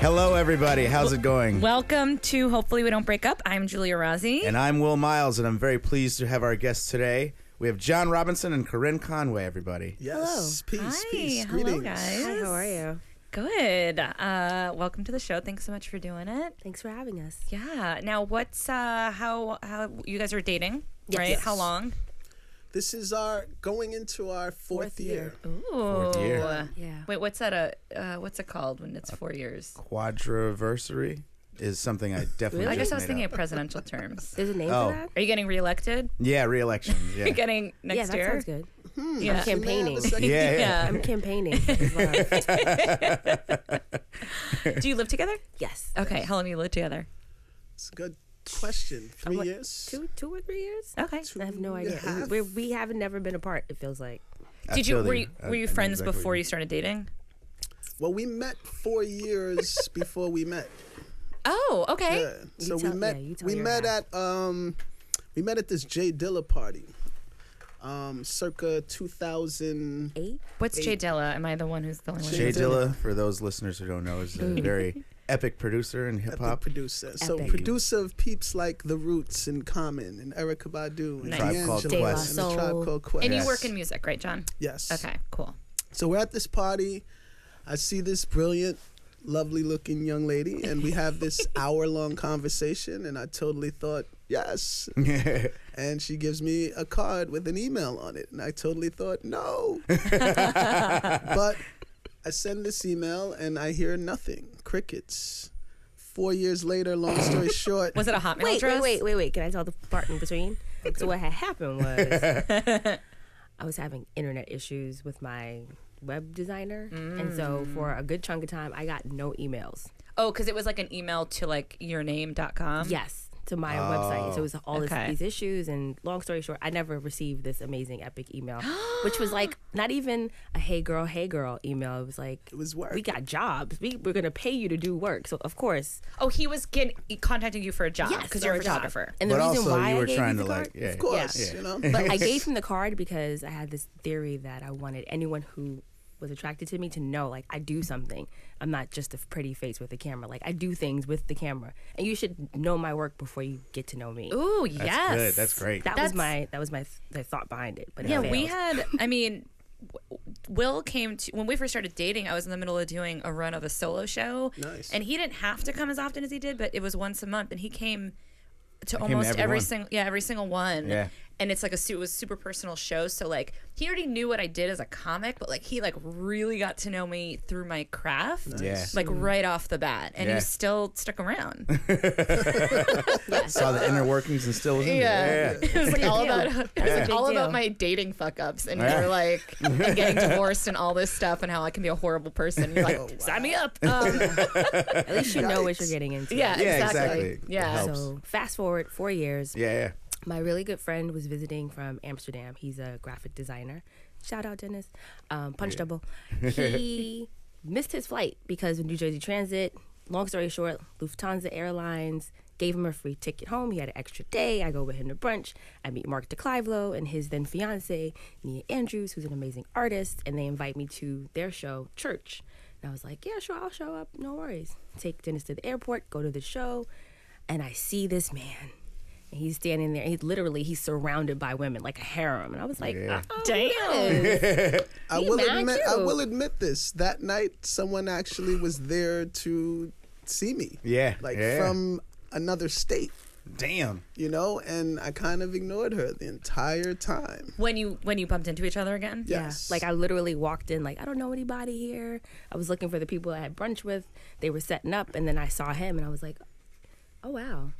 Hello, everybody. How's it going? Welcome to Hopefully We Don't Break Up. I'm Julia Rossi. And I'm Will Miles, and I'm very pleased to have our guests today. We have John Robinson and Corinne Conway, everybody. Yes. Peace, Hi. peace. Hello, Greetings. guys. Hi, how are you? Good. Uh, welcome to the show. Thanks so much for doing it. Thanks for having us. Yeah. Now, what's uh, how how you guys are dating, Yes. right? Yes. How long? This is our going into our fourth, Fourth year. year. Ooh. year. Yeah. Wait, what's that? A uh, what's it called when it's four years? Quadriversary is something I definitely. I guess just I was made thinking up. of presidential terms. There's a name Oh. for that? Are you getting reelected? Yeah, re-election. Yeah. Getting next yeah, that year? sounds good. Yeah. You Hmm. may have a Campaigning. second- yeah, yeah. Yeah. I'm campaigning. for his love. Do you live together? yes. Okay. How long do you live together? It's a good question. Three like, years. Two, two or three years? Okay. Two I have no and a idea. We- half. We're, we haven't never been apart. It feels like. I Did you feel were the- you, I- were you I know friends exactly what before you started dating? Well, we met four years before we met. Oh, okay. Yeah. So we tell- met. yeah, you tell we your met at um, we met at this Jay Dilla party, um, circa 2000. Eight? What's Jay Dilla? Am I the one who's the only one? Jay Jay Dilla, for those listeners who don't know, is a Mm. very epic producer in hip Epic hop. producer. So Epic. producer of peeps like The Roots and Common and Erica Badu and Nice. Tribe Called D'Angelo Quest. and the Tribe Soul. Called Quest. And Yes. you work in music, right, John? Yes. Okay, cool. So we're at this party. I see this brilliant, lovely looking young lady, and we have this hour long conversation. And I totally thought, yes. and she gives me a card with an email on it. And I totally thought, no. but I send this email, and I hear nothing crickets. Four years later, long story short, Was it a hotmail Wait, address? wait, wait, wait, wait. Can I tell the part in between? So what had happened was I was having internet issues with my web designer, and so Mm. for a good chunk of time, I got no emails. Oh, because it was like an email to like yourname.com. Yes, to my website. So it was Oh, all this, Okay. these issues. And long story short, I never received this amazing epic email, which was like not even a hey girl, hey girl email. It was like, it was work. we got jobs. We, we're going to pay you to do work. So, of course. Oh, he was getting contacting you for a job because you're a for job. photographer. And the But reason also, why you I were gave trying to you the like, card, yeah. of course, Yeah. you know. but I gave him the card because I had this theory that I wanted anyone who was attracted to me to know like I do something. I'm not just a pretty face with a camera. Like I do things with the camera. And you should know my work before you get to know me. Ooh, That's yes. good. That's great. that That's- was my that was my th- the thought behind it. But it Yeah, we failed. had, I mean, w- Will came to, when we first started dating, I was in the middle of doing a run of a solo show. Nice. And he didn't have to come as often as he did, but it was once a month. And he came to to almost every every one. single, yeah, every single one. Yeah. And it's like a, su- it was super personal show. So like, he already knew what I did as a comic, but like, he like really got to know me through my craft. Yeah. Like right off the bat. And Yeah. he still stuck around. Saw the inner workings and still was in Yeah. there. Yeah. It was like all deal. about it was like Yeah. all Big about deal. my dating fuck ups and Yeah. you're like and getting divorced and all this stuff and how I can be a horrible person. You're like, sign me up. Um, at least you know what you're getting into. yeah, Yeah, exactly. exactly. It Yeah. helps. So fast forward four years, Yeah, yeah. my really good friend was visiting from Amsterdam. He's a graphic designer. Shout out Dennis, um, Punch Double. He missed his flight because of New Jersey Transit. Long story short, Lufthansa Airlines gave him a free ticket home. He had an extra day. I go with him to brunch. I meet Mark DeClivelo and his then fiance Nia Andrews, who's an amazing artist, and they invite me to their show, Church. And I was like, yeah, sure, I'll show up. No worries. Take Dennis to the airport. Go to the show, and I see this man. And he's standing there. He's literally he's surrounded by women, like a harem. And I was like, Yeah. oh, Damn. yes. I He will mad admit, I too. will admit this. That night, someone actually was there to see me. Yeah, like yeah. from another state, Damn. you know. And I kind of ignored her the entire time. When you when you bumped into each other again? Yes, Yeah. Like I literally walked in, like I don't know anybody here. I was looking for the people I had brunch with. They were setting up, and then I saw him, and I was like, oh wow,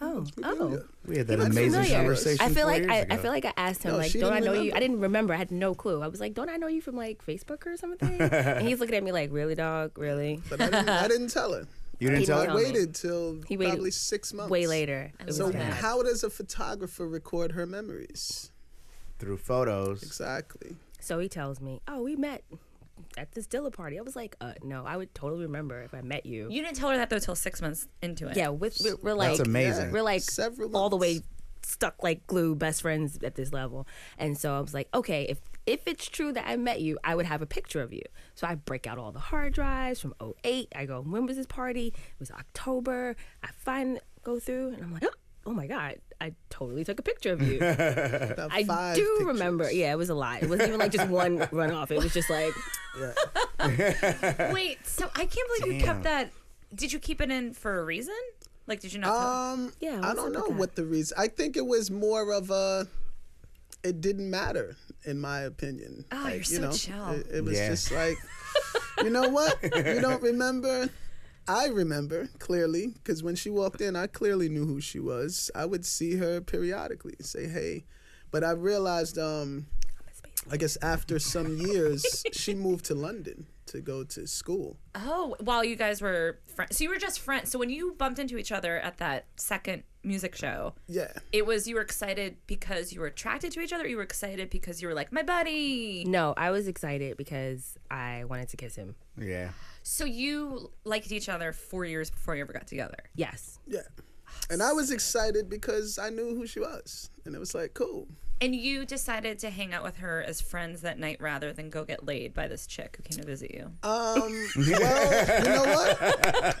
oh oh. We had that He looked amazing familiar. conversation. I feel four like years I, ago. I feel like I asked him No, like, she "Don't I didn't know you?" remember. I didn't remember. I had no clue. I was like, "Don't I know you from like Facebook or something?" and he's looking at me like, "Really, dog? Really?" but I didn't, I didn't tell her. you didn't He tell I didn't her? me. waited till He waited probably six months. Way later. It was So bad. how does a photographer record her memories? Through photos. Exactly. So he tells me, "Oh, we met at this Dilla party." I was like, "Uh, no, I would totally remember if I met you." You didn't tell her that though till six months into it. yeah, with we're, we're like That's amazing. We're like Several all the months. way stuck like glue, best friends at this level. And so I was like, "Okay, if if it's true that I met you, I would have a picture of you. So I break out all the hard drives from 08. I go, when was this party? It was October. I find, go through, and I'm like, oh, oh my God, I totally took a picture of you. About I five do pictures. remember. Yeah, it was a lot. It wasn't even like just one runoff. It was just like, Wait, so I can't believe you Damn. kept that. Did you keep it in for a reason? Like, did you not? tell- Um, Yeah, I what's don't up know with that? what the reason. I think it was more of a. It didn't matter, in my opinion. Ah, Oh, Like, you're you so know, chill. It, it was Yeah. just like, you know what? You don't remember. I remember clearly because when she walked in, I clearly knew who she was. I would see her periodically, say hey, but I realized, um, I guess after some years, she moved to London to go to school. oh, while you guys were friends, so you were just friends. So when you bumped into each other at that second music show, Yeah, it was you were excited because you were attracted to each other. Or you were excited because you were like my buddy. no, I was excited because I wanted to kiss him. Yeah. So you liked each other four years before you ever got together. Yes. yeah. And I was excited because I knew who she was, and it was like cool. And you decided to hang out with her as friends that night rather than go get laid by this chick who came to visit you. Um, well, you know what? I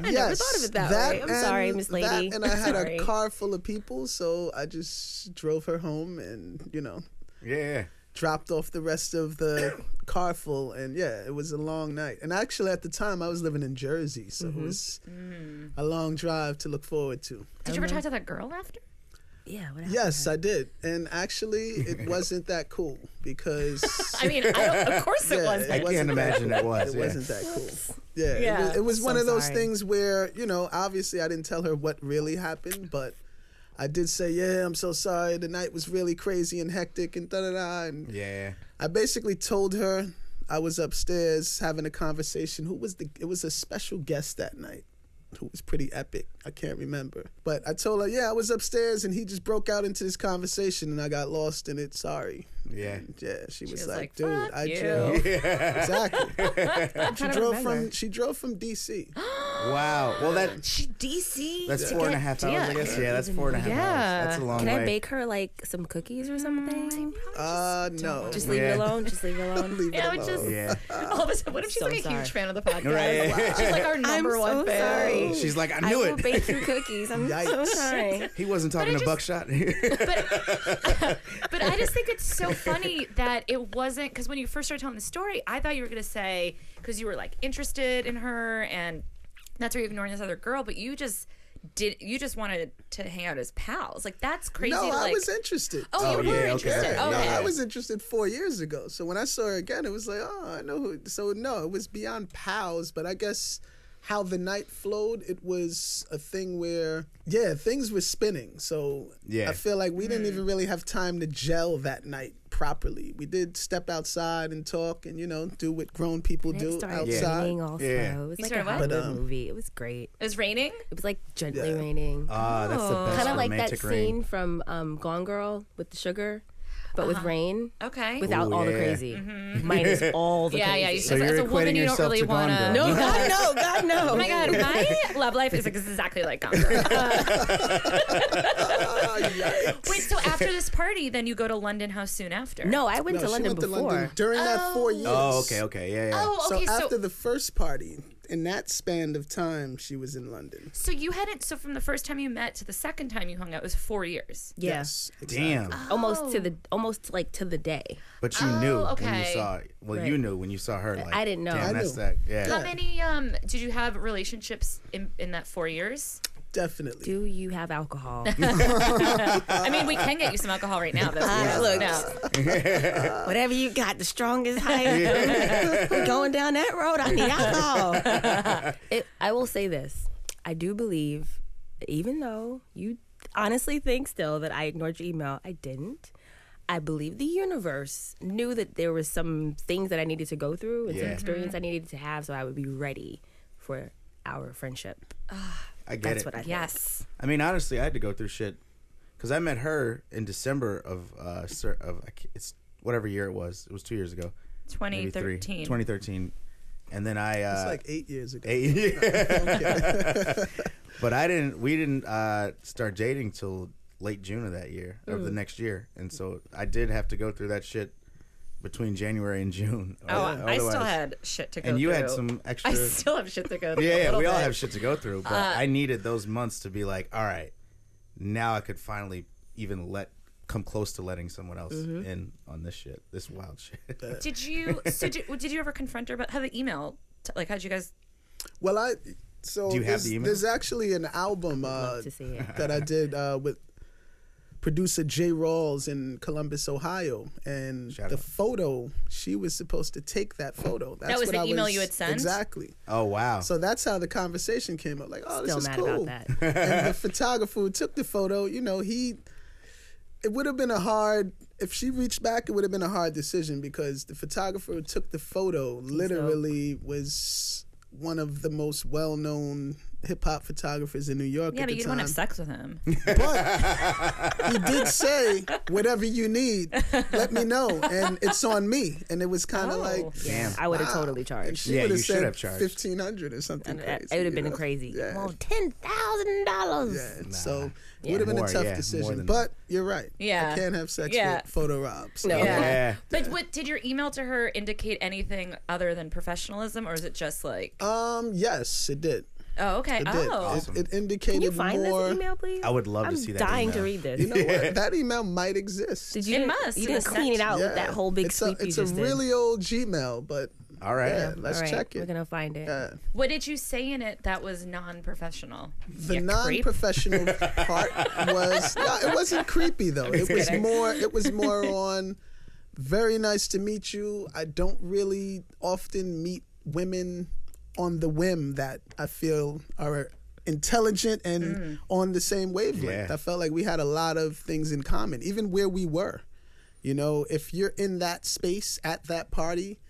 never thought of it that way. I'm sorry, Miss Lady. and I had Sorry. a car full of people, so I just drove her home and, you know, Yeah. yeah. dropped off the rest of the car full. And yeah, it was a long night. And actually, at the time, I was living in Jersey, so Mm-hmm. it was Mm. a long drive to look forward to. Did you ever talk to that girl after? Yeah. What happened? Yes, I did. And actually, it wasn't that cool because. I mean, I don't, of course it Yeah, was. I can't wasn't imagine that it was. It yeah. wasn't that cool. Yeah, it Yeah, was- It was, so one of those sorry. things where you know, obviously, I didn't tell her what really happened, but I did say, "Yeah, I'm so sorry. The night was really crazy and hectic, and da da da." And Yeah. I basically told her I was upstairs having a conversation. Who was the? It was a special guest that night. Who was pretty epic. I can't remember. But I told her, yeah, I was upstairs and he just broke out into this conversation and I got lost in it. Sorry. Yeah. And yeah, she was, was like, like, dude, "Fuck I you." drove. exactly. she kinda drove from remember. she drove from DC. Wow. Well, that She DC. that's four and a half hours, I guess. Yeah, that's four and a half hours. That's a long Can way. I bake her like some cookies or something? Uh no. Just leave Yeah. it alone. Just leave it alone. leave Yeah, I it would alone. just Yeah. all of a sudden. What if she's So like a sorry. huge fan of the podcast? Right. Wow. She's like our I'm number so one fan. sorry. Oh, She's like, I I knew will it. bake you cookies. I'm so Yikes. sorry. He wasn't talking to just- Oh, Buckshot. But I just think it's so funny that it wasn't because when you first started telling the story, I thought you were gonna say because you were like interested in her and that's why you're ignoring this other girl, but you just did. You just wanted to hang out as pals. Like that's crazy. No, to, I like, was interested. Oh, you Oh, were yeah, okay, interested. okay. Okay. No, No, I was interested four years ago. So when I saw her again, it was like, oh, I know who. So no, it was beyond pals, but I guess how the night flowed, it was a thing where, yeah, things were spinning. So Yeah. I feel like we didn't Hmm. even really have time to gel that night properly. We did step outside and talk and, you know, do what grown people And it do started outside. raining also. Yeah. It was You like a started what? Hollywood But, um, movie. It was great. It was raining. It was like gently Yeah. Oh, raining. Ah, that's the best kind of like that romantic scene from um, Gone Girl with the sugar, but with rain. Okay. Without Ooh, all the yeah. crazy, minus all the yeah, crazy. yeah. You, So as, you're as a woman, equating you don't yourself really to Gone want Girl. No, God, no, God, no. Oh my god, my love life is exactly like Gone Girl. Ah, yikes. Wait, so after this party, then you go to London How soon after? No, I went No, to she London went to before. London during that four years. Oh, okay, okay, yeah, yeah. Oh, So okay. So, after the first party, in that span of time, she was in London. so you hadn't. So from the first time you met to the second time you hung out was four years. Yeah. Yes. exactly. Damn. Almost to the almost like to the day. But you knew when you okay. saw. Well, you Oh, Right. knew when you saw her. Like, I didn't know. Damn, I that's knew. that. Yeah. How many um did you have relationships in, in that four years? Definitely. Do you have alcohol? Uh, I mean, we can get you some alcohol right now. Though. Uh, look. No. Whatever you got, the strongest high. going down that road, I need alcohol. it, I will say this: I do believe, that even though you honestly think still that I ignored your email, I didn't. I believe the universe knew that there was some things that I needed to go through and some Yeah. experience I needed to have, so I would be ready for our friendship. I get That's it. what I think. Yes. I mean, honestly, I had to go through shit because I met her in December of uh cer- of I ca- it's whatever year it was. It was two years ago. Maybe three. 2013. 2013. And then I. Uh, It's like eight years ago. eight. but I didn't. We didn't uh, start dating Hmm. till late June of that year, of the next year, and so I did have to go through that shit between January and June. Oh, Otherwise- I still had shit to go And you had through. some extra- I still have shit to go through. Yeah, a yeah, little we all bit. Uh, have shit to go through, but I needed those months to be like, all right, now I could finally even let come close to letting someone else Mm-hmm. in on this shit, this wild shit. Did you? So did, did you ever confront her about how the email? T- like, how'd you guys? Well, I so Do you have there's, the email? there's actually an album uh, to see it. that I did uh, with producer Jay Rawls in Columbus, Ohio, and Shout the out. photo she was supposed to take that photo. That's was what the I email was- you had sent? exactly. oh wow. So that's how the conversation came up. Like, oh, Still this is mad cool. about that. and the photographer who took the photo, you know, he. It would have been a hard. If she reached back, it would have been a hard decision because the photographer who took the photo literally was one of the most well-known hip-hop photographers in New York Yeah, at but the you didn't time. want to have sex with him. But he did say, "Whatever you need, let me know, and it's on me." And it was kind of Oh. like, Yeah, I would have totally and charged. she Yeah, would have you should said have charged. fifteen hundred or something. And uh, that- Crazy, it would have you been know? crazy. Yeah. Well, ten thousand Yeah, dollars. so it would have been More, a tough yeah, more decision. than But you're right. Yeah. I can't have sex Yeah. with photo robs. No. Yeah. Yeah. But what did your email to her indicate anything other than professionalism, or is it just like? Um. Yes, it did. Oh, okay. It did. Oh, Awesome. It, it Can indicated you find more. this email, please? I would love to I'm see that dying to email. read this. You know what? That email might exist. Did you? It didn't- must. You It didn't was clean it sent. out with that whole big it's sweep a, you it's just a did. really old Gmail, but all right. yeah, let's All right, check We're it. gonna find it. Yeah. what did you say in it that was non-professional? the non-professional part was no, it wasn't creepy though. It was more it was more on very nice to meet you. I don't really often meet women on the whim that I feel are intelligent and on the same wavelength. Yeah. I felt like we had a lot of things in common, even where we were. You know, if you're in that space at that party,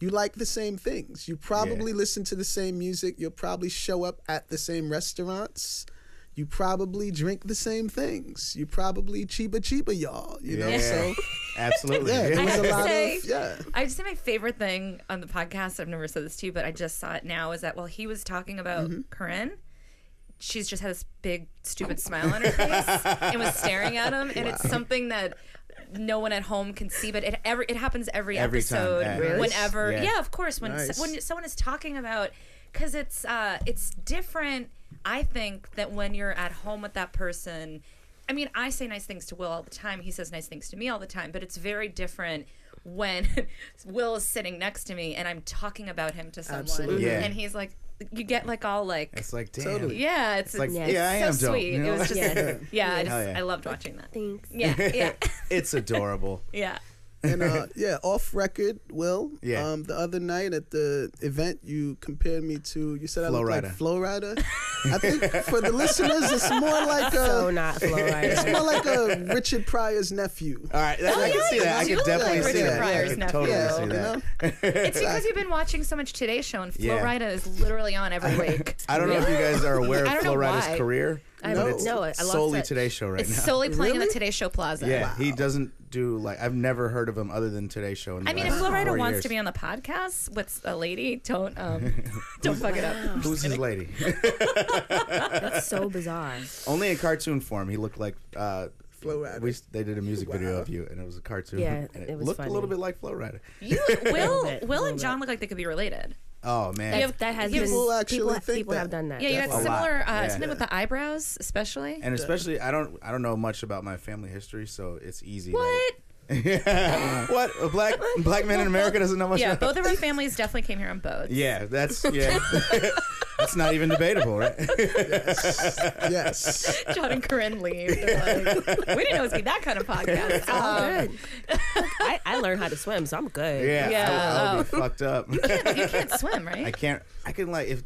you like the same things. You probably listen to the same music. You'll probably show up at the same restaurants. You probably drink the same things. You probably chiba chiba y'all. You know, Yeah. so Absolutely. yeah, there I was have a to lot say- of yeah. I would say my favorite thing on the podcast, I've never said this to you, but I just saw it now, is that while he was talking about Mm-hmm. Corinne, she's just had this big, stupid smile on her face and was staring at him. And it's something that no one at home can see, but it every, it happens every, Every time, episode. yeah. Really? Whenever. Yeah. Yeah. of course. When, Nice. when someone is talking about, because it's, uh, it's different, I think, that when you're at home with that person. I mean, I say nice things to Will all the time. He says nice things to me all the time, but it's very different when Will is sitting next to me and I'm talking about him to someone, Absolutely. Yeah. and he's like, you get like all like, It's like damn. Totally. yeah, it's, Like Yeah. yeah, I am so dope. sweet. you know? It was just, yeah, Yeah. I just, Hell yeah. I loved watching that. Thanks. Yeah, yeah, it's adorable. yeah. And uh, yeah, off record, Will. Yeah. Um, the other night at the event, you compared me to. You said I look like Flowrider. Flow Rider. I think for the listeners, it's more like a. So not it's fluoride. more like a Richard Pryor's nephew. All right, that, I can yeah, see that. I you can look definitely like see Richard that. I Pryor's can nephew. totally Yeah, see you that. know? It's because you've been watching so much Today Show, and Flo Yeah. Rida is literally on every week. I don't know if you guys are aware of I don't know Flo why. Rida's career, I but don't it's know it. I lost solely touch. Today Show right It's now. solely playing in the Really? Today Show Plaza. Yeah, he doesn't do like I've never heard of him other than Today Show. In the I mean, if last Flo Rida four wants years. to be on the podcast with a lady, don't um, don't fuck it up. who's his lady? That's so bizarre. Only in cartoon form, he looked like uh, Flo Rida. We, they did a music video of you, and it was a cartoon. Yeah, and it was looked a little funny. bit like Flo Rida. You, Will, bit, Will little and John look like they could be related. Oh man, You have- That has People been actually people, think people that. have done that. Yeah, you That's got a lot. similar uh, Yeah. something with the eyebrows, especially. and especially I don't I don't know much about my family history, so it's easy. what? Like, what a black black man in America doesn't know much. Yeah, about both of our families definitely came here on boats. Yeah, that's yeah. that's not even debatable, right? yes. John and Corinne leave. They're like, we didn't know it was gonna be that kind of podcast. all Um, Oh, good. I, I learned how to swim, so I'm good. Yeah, Yeah. I, I would be fucked up. you can't swim, I right? can't. I can like if,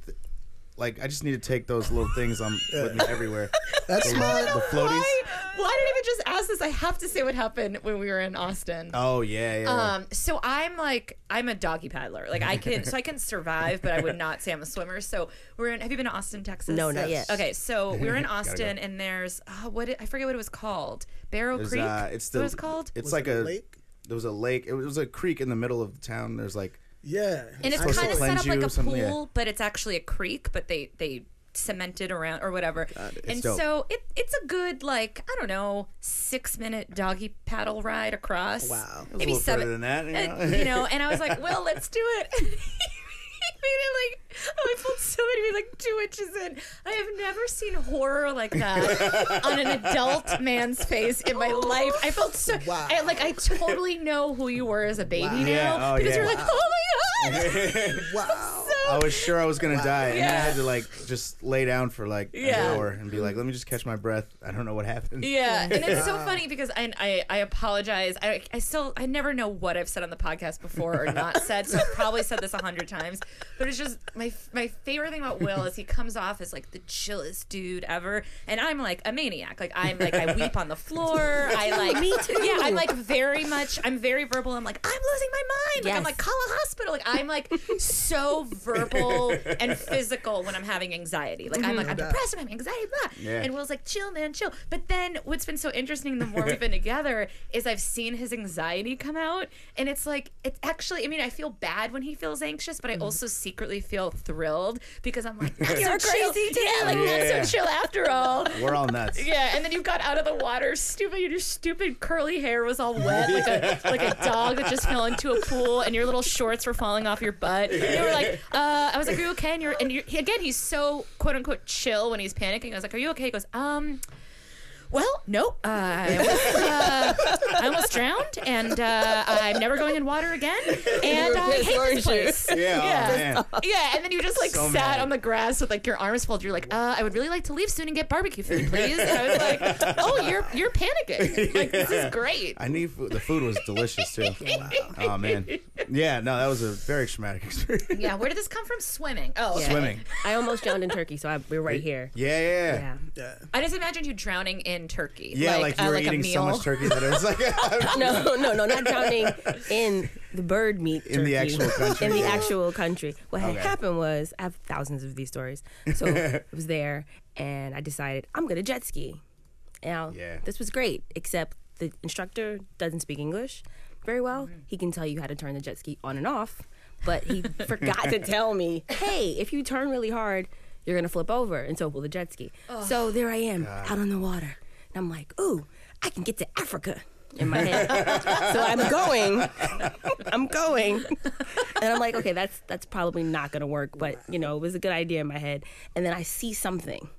like I just need to take those little things on with me everywhere. That's the, my- the floaties. Why? Why did I even just ask this? I have to say what happened when we were in Austin. Oh yeah, yeah. Um, so I'm like I'm a doggy paddler. Like I can so I can survive, but I would not say I'm a swimmer. So we're in have you been to Austin, Texas? No, not Yes. yet. Okay, so we were in Gotta go. Austin and there's uh, what it, I forget what it was called. Barrow There's, Creek. uh, it's the, what it was called? It's Was like it a a lake? There was a lake. It was, it was a creek in the middle of the town. There's like Yeah. and it's supposed to kind of set cleanse up like you, a something- pool, yeah. but it's actually a creek. But they they cemented around or whatever. And dope. so it it's a good like I don't know six minute doggy paddle ride across. Wow. a maybe little seven. further than that, you know? and, Uh, you know, and I was like, well, let's do it. We did like oh, I pulled so many, we like two inches in. I have never seen horror like that on an adult man's face in my life. I felt so Wow. I, like I totally know who you were as a baby now Yeah, oh, because yeah. you're like, oh my god, Wow. I was sure I was gonna die, and then I Yeah. had to like just lay down for like Yeah. an hour and be like, "Let me just catch my breath. I don't know what happened." Yeah, and it's so funny because I I, I apologize. I, I still I never know what I've said on the podcast before or not said. So I've probably said this a hundred times. But it's just my my favorite thing about Will is he comes off as like the chillest dude ever, and I'm like a maniac. Like I'm like I weep on the floor. I like Me too. Yeah, I'm like very much. I'm very verbal. I'm like I'm losing my mind. Like I'm Yes. like call a hospital. Like I'm like so verbal and physical when I'm having anxiety. Like I'm like I'm depressed. I'm anxiety. Blah. Mm-hmm. Yeah. And Will's like, chill, man, chill. But then what's been so interesting the more we've been together is I've seen his anxiety come out. And it's like, it's actually, I mean, I feel bad when he feels anxious, Mm-hmm. but I also secretly feel thrilled because I'm like, I'm You're so chill. crazy, too. Yeah, like, Yeah. I'm so chill after all. We're all nuts. Yeah, and then you got out of the water, stupid. Your stupid curly hair was all wet, like a like a dog that just fell into a pool, and your little shorts were falling off your butt. And you were like, uh, I was like, "Are you okay?" And you're, and you're, he- again, he's so quote unquote chill when he's panicking. I was like, "Are you okay?" He goes, "Um." Well, no, uh, I, almost, uh, I almost drowned, and uh, I'm never going in water again, and I pissed, hate this weren't you? place. Yeah, oh, Yeah. man. Yeah, and then you just like So sat mad. on the grass with like your arms folded. You're like, uh, I would really like to leave soon and get barbecue food, please. And I was like, Oh, you're you're panicking. Like this is great. I need food. The food was delicious too. Oh man, yeah. No, that was a very traumatic experience. Yeah, where did this come from? Swimming. Oh, okay. Swimming. I almost drowned in Turkey, so I, we're right here. Yeah, yeah. Yeah, Yeah. Yeah. I just imagined you drowning in turkey. yeah like, you uh, were like a eating meal. so much turkey that it was like No, no, no, not drowning in the bird meat. In the turkey. actual country, In the yeah. actual country. What had Okay. happened was I have thousands of these stories. So I was there, and I decided I'm gonna jet ski. Now Yeah. this was great, except the instructor doesn't speak English very well. He can tell you how to turn the jet ski on and off, but he forgot to tell me, hey, if you turn really hard, you're gonna flip over, and so will the jet ski. So there I am out on the water, and I'm like, ooh, I can get to Africa. In my head, so I'm going, I'm going, and I'm like, okay, that's that's probably not gonna work, but you know, it was a good idea in my head. And then I see something,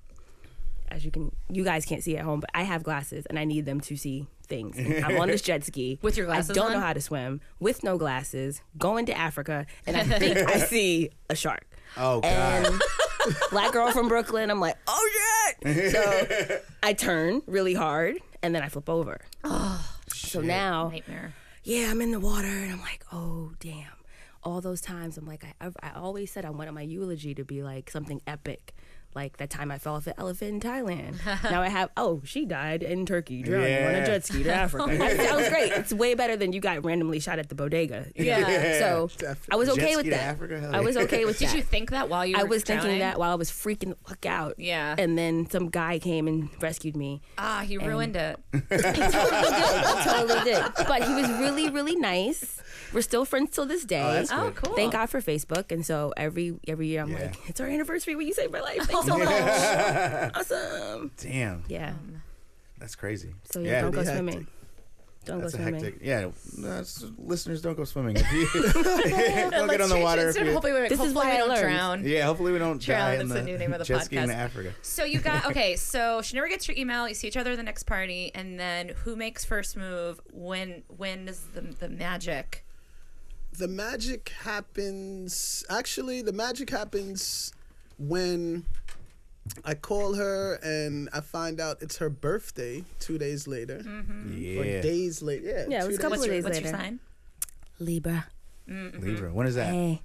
as you can you guys can't see at home, but I have glasses and I need them to see things. And I'm on this jet ski With your glasses I don't know on? how to swim with no glasses, going to Africa, and I think I see a shark. Oh god. And black girl from Brooklyn, I'm like, oh shit! So I turn really hard and then I flip over. Oh, so now Nightmare. yeah, I'm in the water, and I'm like, oh damn. All those times, I'm like, I, I always said I wanted my eulogy to be like something epic, like that time I fell off an elephant in Thailand. now I have, oh, she died in Turkey, drowning on Yeah. a jet ski to Oh Africa. that, that was great. It's way better than you got randomly shot at the bodega. Yeah. So I was Jet okay ski with to that. Africa? Hell I was yeah. okay with Did that. you think that while you were I was drowning? thinking that while I was freaking the fuck out. Yeah. And then some guy came and rescued me. Ah, he ruined it. He totally did. He totally did. But he was really, really nice. We're still friends till this day. that's Oh, cool. Thank God for Facebook. And so every every year I'm Yeah. like, it's our anniversary. Will you save my life? Thanks so much. awesome. Damn, Yeah. that's crazy. So yeah, don't go pretty swimming. hectic. Don't That's go a swimming. hectic. Yeah, that's, listeners, don't go swimming. If you, don't get on the water. if Instead of you- hopefully, wait, wait, This is hopefully why we I don't learned. drown. yeah, hopefully we don't Drown, die in that's the, the new name of the jet skiing to podcast. Africa. So you got okay. So Shanira gets your email. You see each other at the next party, and then who makes first move? When when does the the magic? The magic happens. Actually, the magic happens when I call her and I find out it's her birthday two days later. Mm. Or Yeah, days later. Yeah, Yeah, it two was a days- couple What's of your, days what's later. your sign? Libra. Libra. When is that? Hey.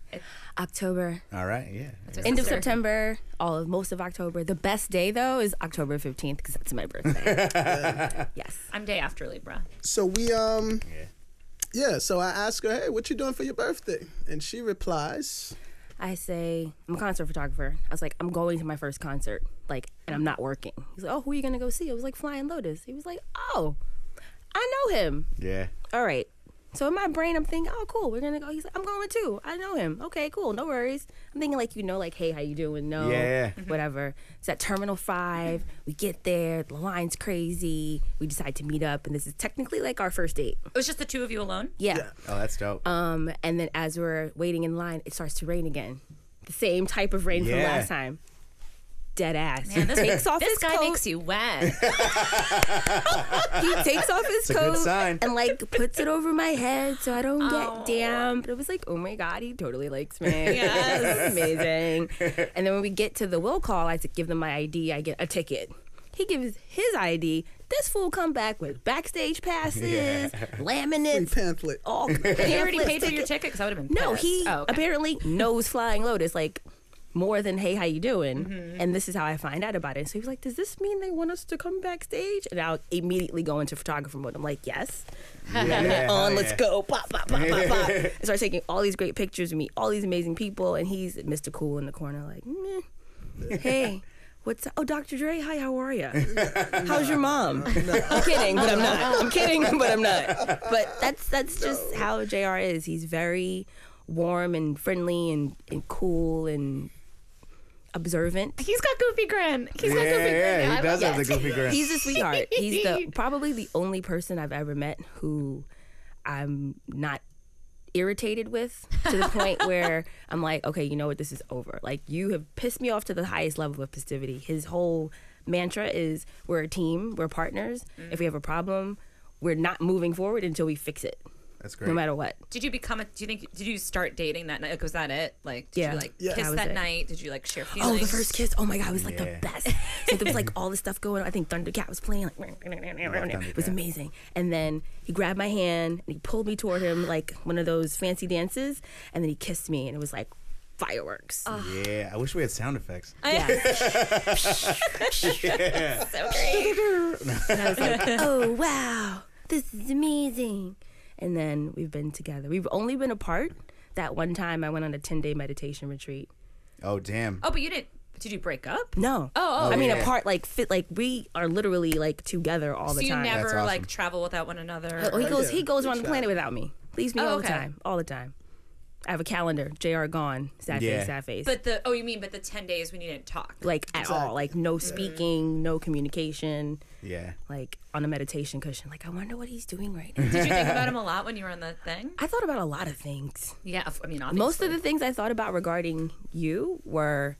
October. All right. Yeah. What's your End of sister? September, all of most of October. The best day though is October 15th because that's my birthday. yes. I'm day after Libra. So we um Yeah. yeah, so I ask her, "Hey, what you doing for your birthday?" And she replies, I say, I'm a concert photographer. I was like, I'm going to my first concert, like, and I'm not working. He's like, Oh, who are you gonna go see? I was like, Flying Lotus. He was like, Oh, I know him. Yeah. All right, So in my brain, I'm thinking, oh, cool, we're gonna go. He's like, I'm going too. I know him. Okay, cool, no worries. I'm thinking like, you know, like, hey, how you doing? No, Yeah. Mm-hmm. whatever. It's at Terminal Five. We get there. The line's crazy. We decide to meet up, and this is technically like our first date. It was just the two of you alone. yeah. Oh, that's dope. Um, and then as we're waiting in line, it starts to rain again. The same type of rain from Yeah. last time. Dead ass. Man, this- takes off This his guy coat. makes you wet. he takes off his a coat good sign. and like puts it over my head so I don't Oh. get damp. But it was like, oh my god, he totally likes me. Yes. amazing. And then when we get to the will call, I give them my ID. I get a ticket. He gives his ID. This fool come back with backstage passes, Free laminates, pamphlet. all. He already paid for your ticket because I would have been. No, pissed. he Oh, okay. apparently knows Flying Lotus like more than hey, how you doing? Mm-hmm. And this is how I find out about it. So he was like, "Does this mean they want us to come backstage?" And I'll immediately go into photographer mode. I'm like, "Yes, Yeah, hell on, let's yeah. go!" Pop, pop, pop, pop, pop. And start taking all these great pictures of me, all these amazing people, and he's Mr. Cool in the corner, like, "Meh. "Hey." What's up? Oh, Dr. Dre, hi, how are you? How's your mom? I'm kidding, but I'm not. I'm kidding, but I'm not. But that's that's just how JR is. He's very warm and friendly and, and cool and observant. He's got goofy grin. He's got goofy grin. yeah, I he does love have the it. goofy grin. He's a sweetheart. He's the probably the only person I've ever met who I'm not irritated with to the point where I'm like, okay, you know what, this is over. Like you have pissed me off to the highest level of festivity. His whole mantra is we're a team, we're partners. If we have a problem, we're not moving forward until we fix it. That's No great. matter what. Did you become a? Do you think? Did you start dating that night? Like, was that it? Like, did Yeah. you like Yeah. kiss That was that it. night? Did you like share feelings? Oh, the first kiss. Oh my God, it was like Yeah. the best. So there was like all this stuff going on. I think Thundercat was playing. Like, it was Thundercat. amazing. And then he grabbed my hand and he pulled me toward him like one of those fancy dances. And then he kissed me and it was like fireworks. Oh. yeah, I wish we had sound effects. Yeah. So great. and I was like, oh, wow, this is amazing. And then we've been together. We've only been apart that one time I went on a 10 day meditation retreat. Oh damn. Oh, but you didn't. Did you break up? No. Oh, oh, I mean, yeah. apart, like, fit, like, we are literally like together all So the you time. never That's like awesome. travel without one another. Oh, he goes. yeah. He goes Good around the job. planet without me. Leaves me Oh, all okay. the time. All the time. I have a calendar. Jr. Gone. Sad Yeah. face. Sad face. But the oh, you mean but the ten days when you didn't talk? like at all. Like no Mm. speaking. No communication. Yeah. Like on a meditation cushion. Like I wonder what he's doing right now. Did you think about him a lot when you were on the thing? I thought about a lot of things. Yeah, of- I mean, obviously. Most of the things I thought about regarding you were,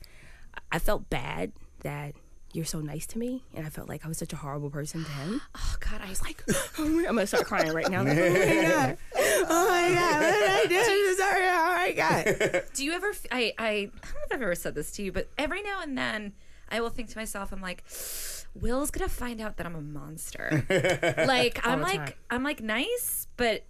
I felt bad that you're so nice to me, and I felt like I was such a horrible person to him. Oh God, I was like, I'm gonna start crying right now. Like, oh my god! Oh my god! What did I do? I'm Sorry. Oh my god! do you ever? f- I I I don't know if I've ever said this to you, but every now and then I will think to myself, I'm like, Will's gonna find out that I'm a monster. like I'm the like time. I'm like nice, but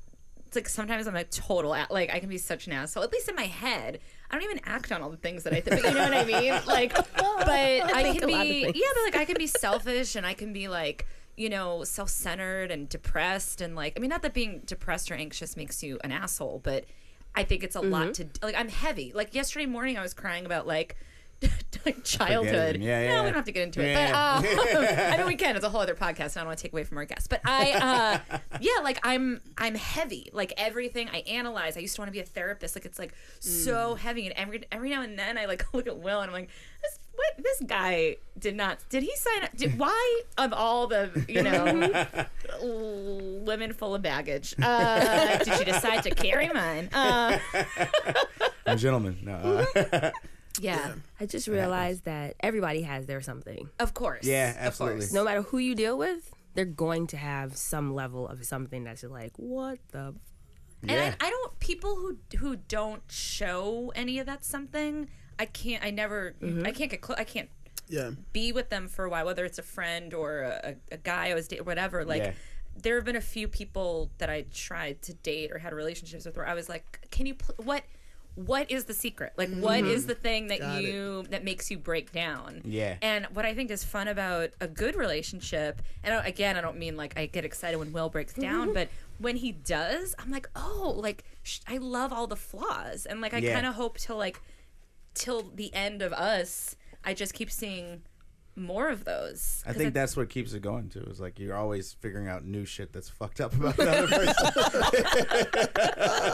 it's like sometimes I'm a total a- like I can be such an asshole. At least in my head, I don't even act on all the things that I think. But you know what I mean? Like, but I, think can a lot of be things. yeah, but like I can be selfish and I can be like you know self-centered and depressed and like I mean not that being depressed or anxious makes you an asshole, but I think it's a Mm-hmm. lot to like. I'm heavy. Like yesterday morning, I was crying about like. like childhood. Forgetting. Yeah, no, yeah, we yeah. don't have to get into it. Yeah, yeah. But uh, I mean, we can. It's a whole other podcast, and I don't want to take away from our guests. But I, uh, yeah, like I'm, I'm heavy. Like everything I analyze. I used to want to be a therapist. Like it's like Mm. so heavy, and every every now and then I like look at Will, and I'm like, this, what? This guy did not. Did he sign up? Did, why of all the you know women full of baggage? Uh, did you decide to carry mine? Uh, I'm a gentleman. No. Uh, yeah, I just realized that everybody has their something. of course. Yeah, Of absolutely. course. No matter who you deal with, they're going to have some level of something that's just like, what the? yeah. And I, I don't people who who don't show any of that something. I can't. I never. I can't get close. I can't Yeah. be with them for a while, whether it's a friend or a, a guy I was dating, whatever. Like, Yeah. there have been a few people that I tried to date or had relationships with where I was like, "Can you pl- what? What is the secret? Like, what is the thing that Got it. you that makes you break down?" Mm-hmm. Yeah. And what I think is fun about a good relationship, and I- again, I don't mean like I get excited when Will breaks Mm-hmm. down, but when he does, I'm like, "Oh, like sh- I love all the flaws," and like I Yeah. kind of hope to like till the end of us, I just keep seeing more of those. I 'Cause think that's what keeps it going too. Is like you're always figuring out new shit that's fucked up about another person.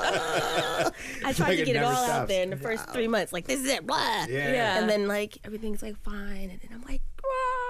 I tried like to it get it, never all stops. out there in the first three months. Like this is it, blah. Yeah. Yeah. And then like everything's like fine, and then I'm like,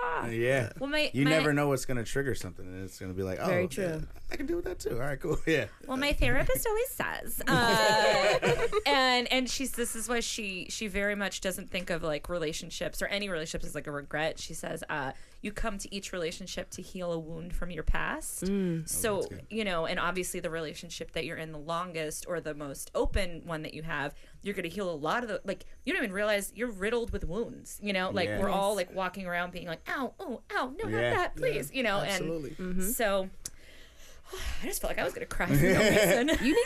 rah. Yeah. Well, my- you my- never know what's going to trigger something, and it's going to be like, oh, Very true. yeah, I can deal with that too. All right, cool. Yeah. Well, my therapist always says, uh, and and she's this is why she she very much doesn't think of like relationships or any relationships as like a regret. She says, uh, you come to each relationship to heal a wound from your past. Mm. Oh, so you know, and obviously the relationship that you're in the longest or the most open one that you have, you're going to heal a lot of the like you don't even realize you're riddled with wounds. You know, like Yeah. we're all like walking around being like, ow, oh, ow, no, Yeah. not that, please. You Oh, know, Absolutely. and Mm-hmm. so. I just felt like I was gonna cry for no reason. You need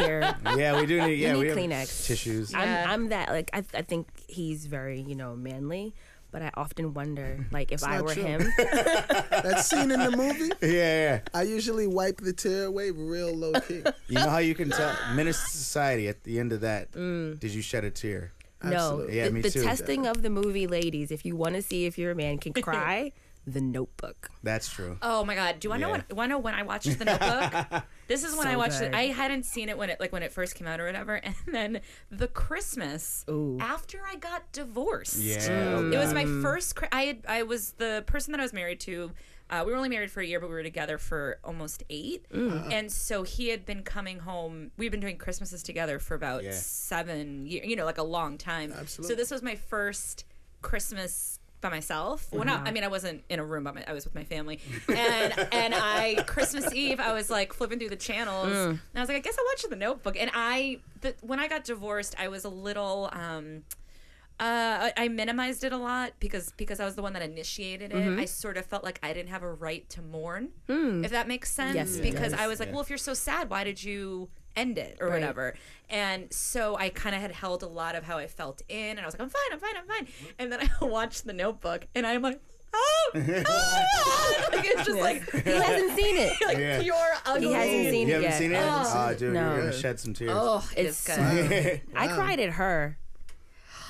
here. Yeah, we do need. Yeah, need we have Kleenex. tissues. Yeah. I'm, I'm that like I, I think he's very you know manly, but I often wonder like if I not were true. him, That scene in the movie, Yeah, yeah. I usually wipe the tear away real low key. You know how you can tell menace to society at the end of that? Did you shed a tear? Mm. no, Absolutely. Yeah, the, me the too. testing of the movie, ladies. If you want to see if your man can cry, The Notebook. That's true. Oh my god! Do I know Yeah. when? Do I know when I watched The Notebook? this is when So I watched it. good. I hadn't seen it when it like when it first came out or whatever. And then the Christmas Ooh. after I got divorced. Yeah. Mm. It was my first. cri- I had, I was the person that I was married to. Uh, we were only married for a year, but we were together for almost eight. And so he had been coming home. We'd been doing Christmases together for about Yeah. seven years. You know, like a long time. Absolutely. So this was my first Christmas by myself. Well, not. I mean, I wasn't in a room by my. I was with my family. And and I Christmas Eve, I was like flipping through the channels, and I was like, I guess I'll watch The Notebook. And I, the, when I got divorced, I was a little. um uh, I, I minimized it a lot because because I was the one that initiated it. I sort of felt like I didn't have a right to mourn, if that makes sense. Yes, it because does. I was like, Yeah. well, if you're so sad, why did you end it or Right. whatever? And so I kind of had held a lot of how I felt in, and I was like, I'm fine, I'm fine, I'm fine. And then I watched The Notebook, and I'm like, oh, oh!" like, it's just like He hasn't seen it. like Yeah. pure ugly. He hasn't seen You it haven't yet. seen it? haven't Oh, dude, No. you're gonna shed some tears. Oh, it's It's good. good. the I cried at her.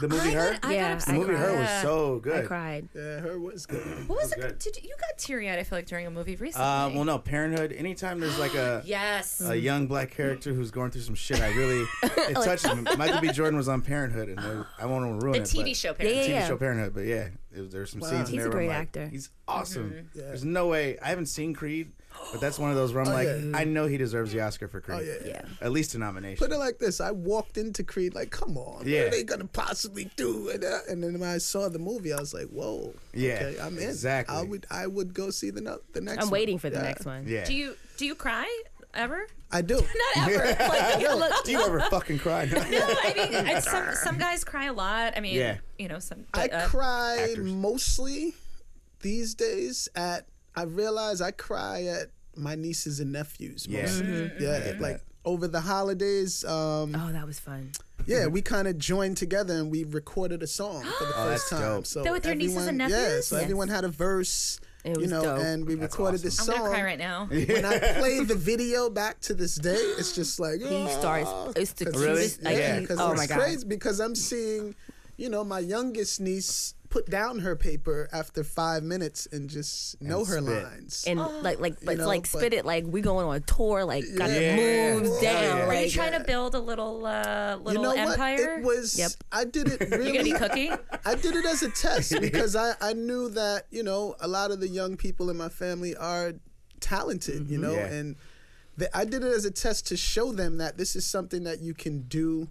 movie Her? I Yeah, got the upset. movie Her was Yeah. so good. I cried. Yeah, her was good. What was It was it? Did you, you got teary eyed? I feel like during a movie recently. Uh, well, no, Parenthood. Anytime there's like a yes. a young black character who's going through some shit, I really it touches me. Michael B. Jordan was on Parenthood, and there- I won't wanna ruin the it. TV but- show. Yeah, Parents. TV show Parenthood, but yeah, it was, there were some Wow. scenes in He's there a where I'm like, great actor. he's awesome. Mm-hmm. There's no way. I haven't seen Creed, but that's one of those where I'm like, yeah. I know he deserves the Oscar for Creed. yeah. Yeah. At least a nomination. Put it like this: I walked into Creed like, "Come on, what Yeah. are they gonna possibly do?" And, uh, and then when I saw the movie, I was like, "Whoa, Yeah, okay, I'm in." exactly. I would, I would go see the no- the next. I'm one. waiting for the Yeah. next one. yeah. Do you do you cry ever? I do. Not ever. Like, no, Do you ever fucking cry? I mean, it's some some guys cry a lot. I mean, Yeah. you know, some. I But, uh, cry actors. mostly these days at. I realize I cry at my nieces and nephews. Yeah. Mostly. Mm-hmm, Yeah, get like that. over the holidays. Um, Oh, that was fun. yeah, we kind of joined together and we recorded a song for the Mm-hmm. Oh, first that's time. dope. So That with your nieces and Yeah, nephews? so Yes. everyone had a verse. It you was know, dope. and we That's recorded awesome. this I'm song. gonna cry right now. when I play the video back to this day, it's just like He "Ah." starts. It's the That's- Really? cutest. Like, Yeah. he- because oh it's my god. crazy because I'm seeing, you know, my youngest niece put down her paper after five minutes and just know her spit. lines. Ah, And like, like, like, know, like, but- spit it like we going on a tour. Like, got Yeah. the moves Yeah. down. Yeah. Are you Like, trying to build a little uh, you little know empire? what? It was. Yep. I did it really. you gonna be cookie? I did it as a test because I, I knew that, you know, a lot of the young people in my family are talented, you know, Mm-hmm. Yeah. and th- I did it as a test to show them that this is something that you can do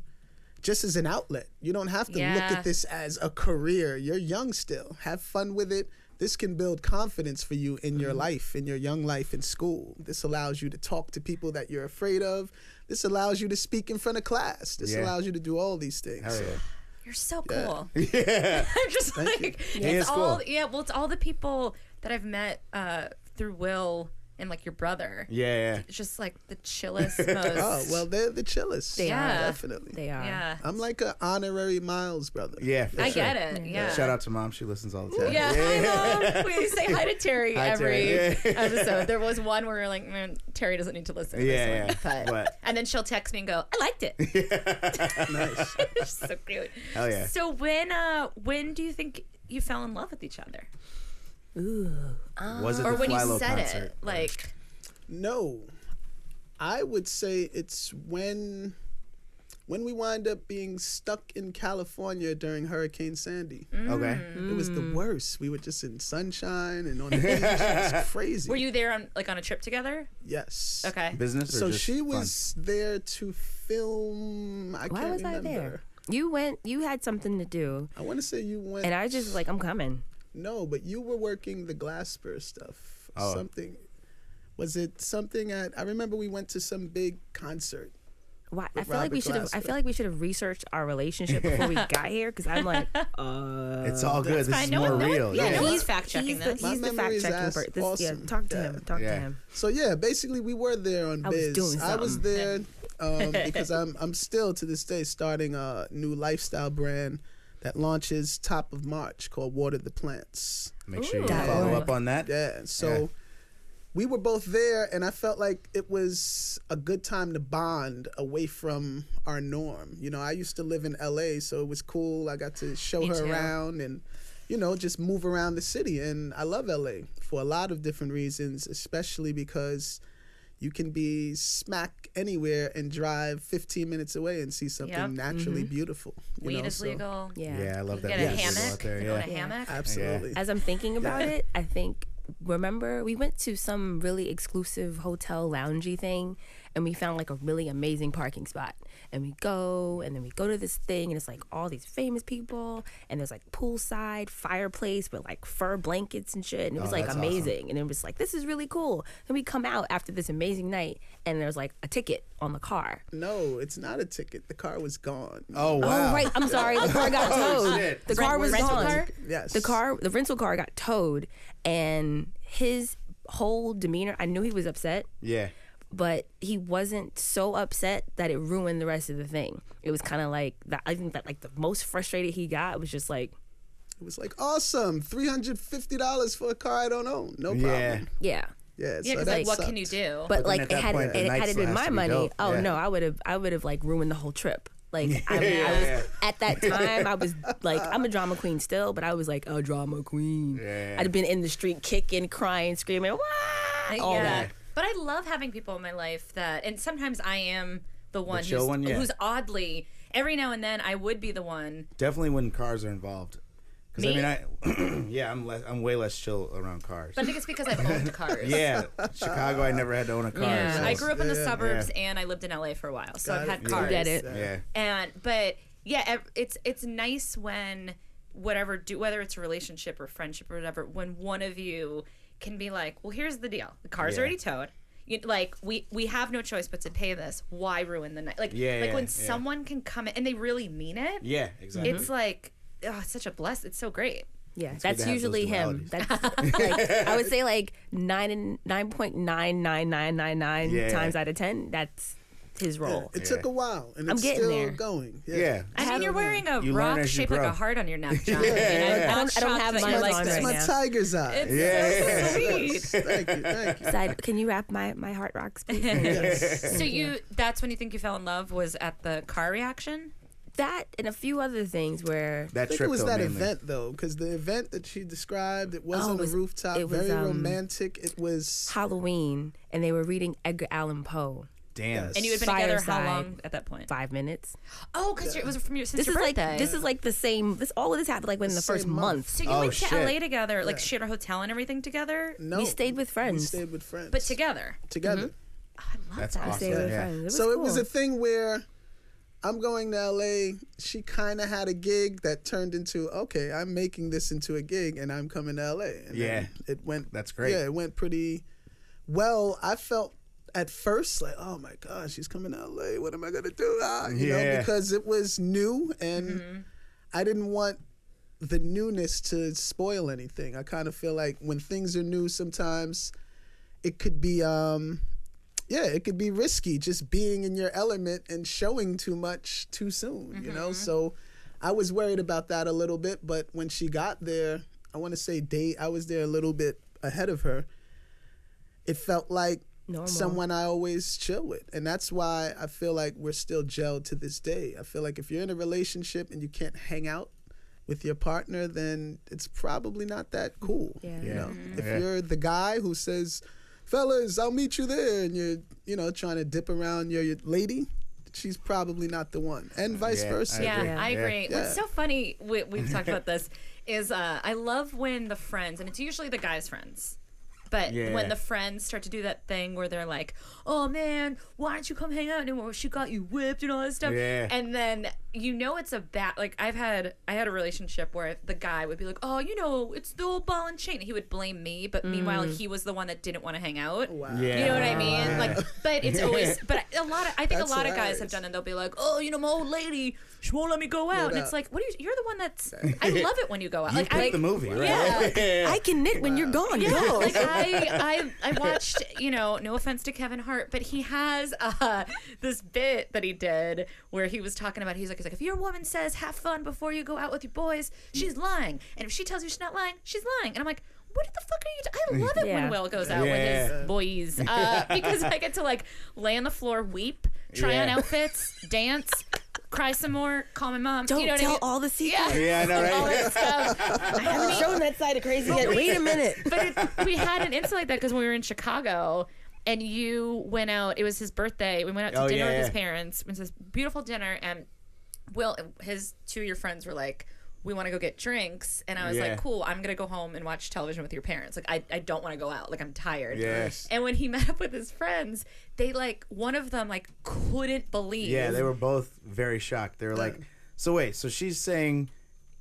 just as an outlet. You don't have to look Yeah. at this as a career. You're young still. Have fun with it. This can build confidence for you in Mm-hmm. your life, in your young life in school. This allows you to talk to people that you're afraid of. This allows you to speak in front of class. This Yeah. allows you to do all these things. Hell So- yeah. You're so cool. Yeah. I'm just like He it's is all cool. yeah, well it's all the people that I've met uh, through Will and like your brother. Yeah, yeah. It's just like the chillest most. Oh well, they're the chillest. They Yeah. are. definitely. they are. yeah. I'm like an honorary Miles brother. Yeah, for I sure. get it. Yeah. Shout out to mom. She listens all the time. Yeah, hi mom. We say hi to Terry Hi, every Terry. Yeah. episode. There was one where we were like, man, Terry doesn't need to listen to Yeah, this yeah. one. But, But- and then she'll text me and go, I liked it. nice. so cute. Hell yeah. So when uh when do you think you fell in love with each other, Ooh. Was it or the when you Fly Low said concert? it, like No. I would say it's when when we wind up being stuck in California during Hurricane Sandy. okay, Mm. It was Mm. the worst. We were just in sunshine and on the beach. It was crazy. were you there on like on a trip together? Yes. Okay, business. Or So just she fun? was there to film. I Why can't was remember. I there? You went. You had something to do, I want to say you went. and I just was like I'm coming. No, but you were working the Glasper stuff. Oh. Something. Was it something at? I remember we went to some big concert. Why? I With feel like Robert we should have. I Glasper. feel like we should have researched our relationship before we got here, because I'm like, uh, It's all good. This fine. is No more one- no one- real. yeah, no yeah. one's fact checking he's this. The, My he's the memory fact is checking as person. This, awesome. Yeah, talk to Yeah. him. Talk Yeah. to him. So yeah, basically we were there on I was biz. doing I was something. there um, because I'm I'm still to this day starting a new lifestyle brand that launches top of March called Water the Plants. Make sure Ooh. you That follow one. up on that. Yeah. So Yeah. we were both there and I felt like it was a good time to bond away from our norm. You know, I used to live in LA, so it was cool. I got to show Me her too. around and you know, just move around the city and I love LA for a lot of different reasons, especially because you can be smack anywhere and drive 15 minutes away and see something Yep. Mm-hmm. naturally beautiful. you weed know, is so- legal. Yeah. Yeah, I love that. Get a music video hammock. out there, You want a yeah. hammock? Absolutely. As I'm thinking about it, I think remember we went to some really exclusive hotel loungy thing and we found like a really amazing parking spot. And we go and then we go to this thing and it's like all these famous people and there's like poolside fireplace with like fur blankets and shit and it was Oh, like that's amazing and it was like this is really cool. Then we come out after this amazing night and there's like a ticket on the car. No, it's not a ticket. The car was gone. Oh wow! Oh right, I'm sorry. The car got Oh, towed. shit. the car was Rental gone. car? Yes. The car, the rental car got towed, and his whole demeanor. I knew he was upset, Yeah. but he wasn't so upset that it ruined the rest of the thing. It was kind of like that. I think that like the most frustrated he got was just like, It was like awesome, three hundred fifty dollars for a car I don't own. No problem. Yeah. Yeah, yeah. Yeah, so because that like, what sucked. can you do? But, then like, at it that had point, it, the had it night's been has my to be money, dope. oh Yeah. no, I would have, I would have like ruined the whole trip. Like, I, mean, I was, at that time, I was like, I'm a drama queen still, but I was like a drama queen. Yeah. I'd have been in the street kicking, crying, screaming, Wah! all yeah. that. But I love having people in my life that, and sometimes I am the one, chill who's, one, yeah. who's oddly every now and then I would be the one. Definitely when cars are involved. Because Me? I mean, I yeah, I'm less, I'm way less chill around cars. But I think it's because I've owned cars. yeah, Chicago, I never had to own a car. Yeah. so- I grew up in the Yeah. suburbs and I lived in LA for a while, so I've Got had it. cars. Get it. Yeah, And but yeah, ev- it's it's nice when whatever do whether it's a relationship or friendship or whatever, when one of you can be like, well, here's the deal: the car's Yeah. already towed. You, like we we have no choice but to pay this. Why ruin the night? Like Yeah, like yeah, when yeah. Mm-hmm. someone can come in and they really mean it. yeah, exactly. It's like oh, it's such a bless. It's so great. Yeah, good that's to have those usually him. dualities. That's like I would say like nine and nine point nine nine nine nine nine Yeah. times out of ten. That's his role. It took a while, and it's getting still there. going. Yeah, yeah, I mean, you're wearing a You learn rock as you shaped like grow. a heart on your neck, John. Yeah. And I'm I not don't- I don't shocked have that mine you're on like right it's this. my now. tiger's eye. It's so Yeah. sweet. thank you, thank you. Side, can you wrap my my heart rocks? Please? So you that's when you think you fell in love was at the car reaction? that and a few other things where that I think trip it was though, that mainly. event though, because the event that she described, it was Oh, on it was- a rooftop, it was, very um, romantic. It was Halloween and they were reading Edgar Allan Poe. Damn, And you had been together how Fireside. long at that point? Five minutes. Oh, because it was from your since This your is like birthday. this is like the same. This all of this happened like within the, same first month. month. so you Oh, went to shit. LA together, like shared a hotel and everything together, no. We stayed with We friends. stayed with friends, but together. together. Oh, I love That's that. awesome. Stayed with Yeah. friends. It was so it was cool. a thing where I'm going to LA. She kind of had a gig that turned into okay, I'm making this into a gig, and I'm coming to LA. And then Yeah. it went. That's great. Yeah, it went pretty well. I felt at first like, oh my god, she's coming to LA. What am I gonna do? Ah, you know, Yeah. because it was new and Mm-hmm. I didn't want the newness to spoil anything. I kind of feel like when things are new, sometimes it could be, um, yeah, it could be risky just being in your element and showing too much too soon, you know? So I was worried about that a little bit, but when she got there, I want to say day, I was there a little bit ahead of her. It felt like Normal. someone I always chill with. And that's why I feel like we're still gelled to this day. I feel like if you're in a relationship and you can't hang out with your partner, then it's probably not that cool. Yeah. You Yeah. Mm-hmm. know, if Yeah. you're the guy who says, "Fellas, I'll meet you there," and you're you know trying to dip around your, your lady, she's probably not the one, and vice Yeah, versa. I Yeah, agree. I Yeah. agree. What's Yeah. so funny, we, we've talked about this, is uh, I love when the friends, and it's usually the guys' friends, but Yeah. when the friends start to do that thing where they're like, oh man, why don't you come hang out anymore? She got you whipped and all that stuff. Yeah. And then you know it's a bad, like I've had, I had a relationship where the guy would be like, oh, you know, it's the old ball and chain. He would blame me, but meanwhile, Mm. he was the one that didn't want to hang out. Wow. Yeah. You know what I mean? Like, but it's always, but a lot of, I think That's a lot of guys hilarious. have done it. They'll be like, oh, you know, my old lady, she won't let me go out. And doubt. it's like, what are you, you're the one that's, I love it when you go out. You like, picked I, the movie, right? Yeah. I can knit when you're gone. Yeah, Go. like I, I, I watched. You know, no offense to Kevin Hart, but he has uh, this bit that he did where he was talking about. He's like, he's like, if your woman says have fun before you go out with your boys, she's lying, and if she tells you she's not lying, she's lying. And I'm like. What the fuck are you? T- I love it Yeah. when Will goes out with Yeah. his boys uh, because I get to like lay on the floor, weep, try on Yeah. outfits, dance, cry some more, call my mom. Don't you know tell what I mean? all the secrets. Yeah, Yeah, I know, all that right? stuff. I haven't shown that side of crazy yet. Wait a minute. But it, we had an incident like that because when we were in Chicago and you went out, it was his birthday. We went out to Oh, dinner yeah, with his yeah. parents. It was this beautiful dinner, and Will, his two of your friends were like, we want to go get drinks. And I was Yeah. like, cool, I'm going to go home and watch television with your parents. Like, I, I don't want to go out. Like, I'm tired. Yes. And when he met up with his friends, they like, one of them like couldn't believe. Yeah, they were both very shocked. They were like, "So wait, so she's saying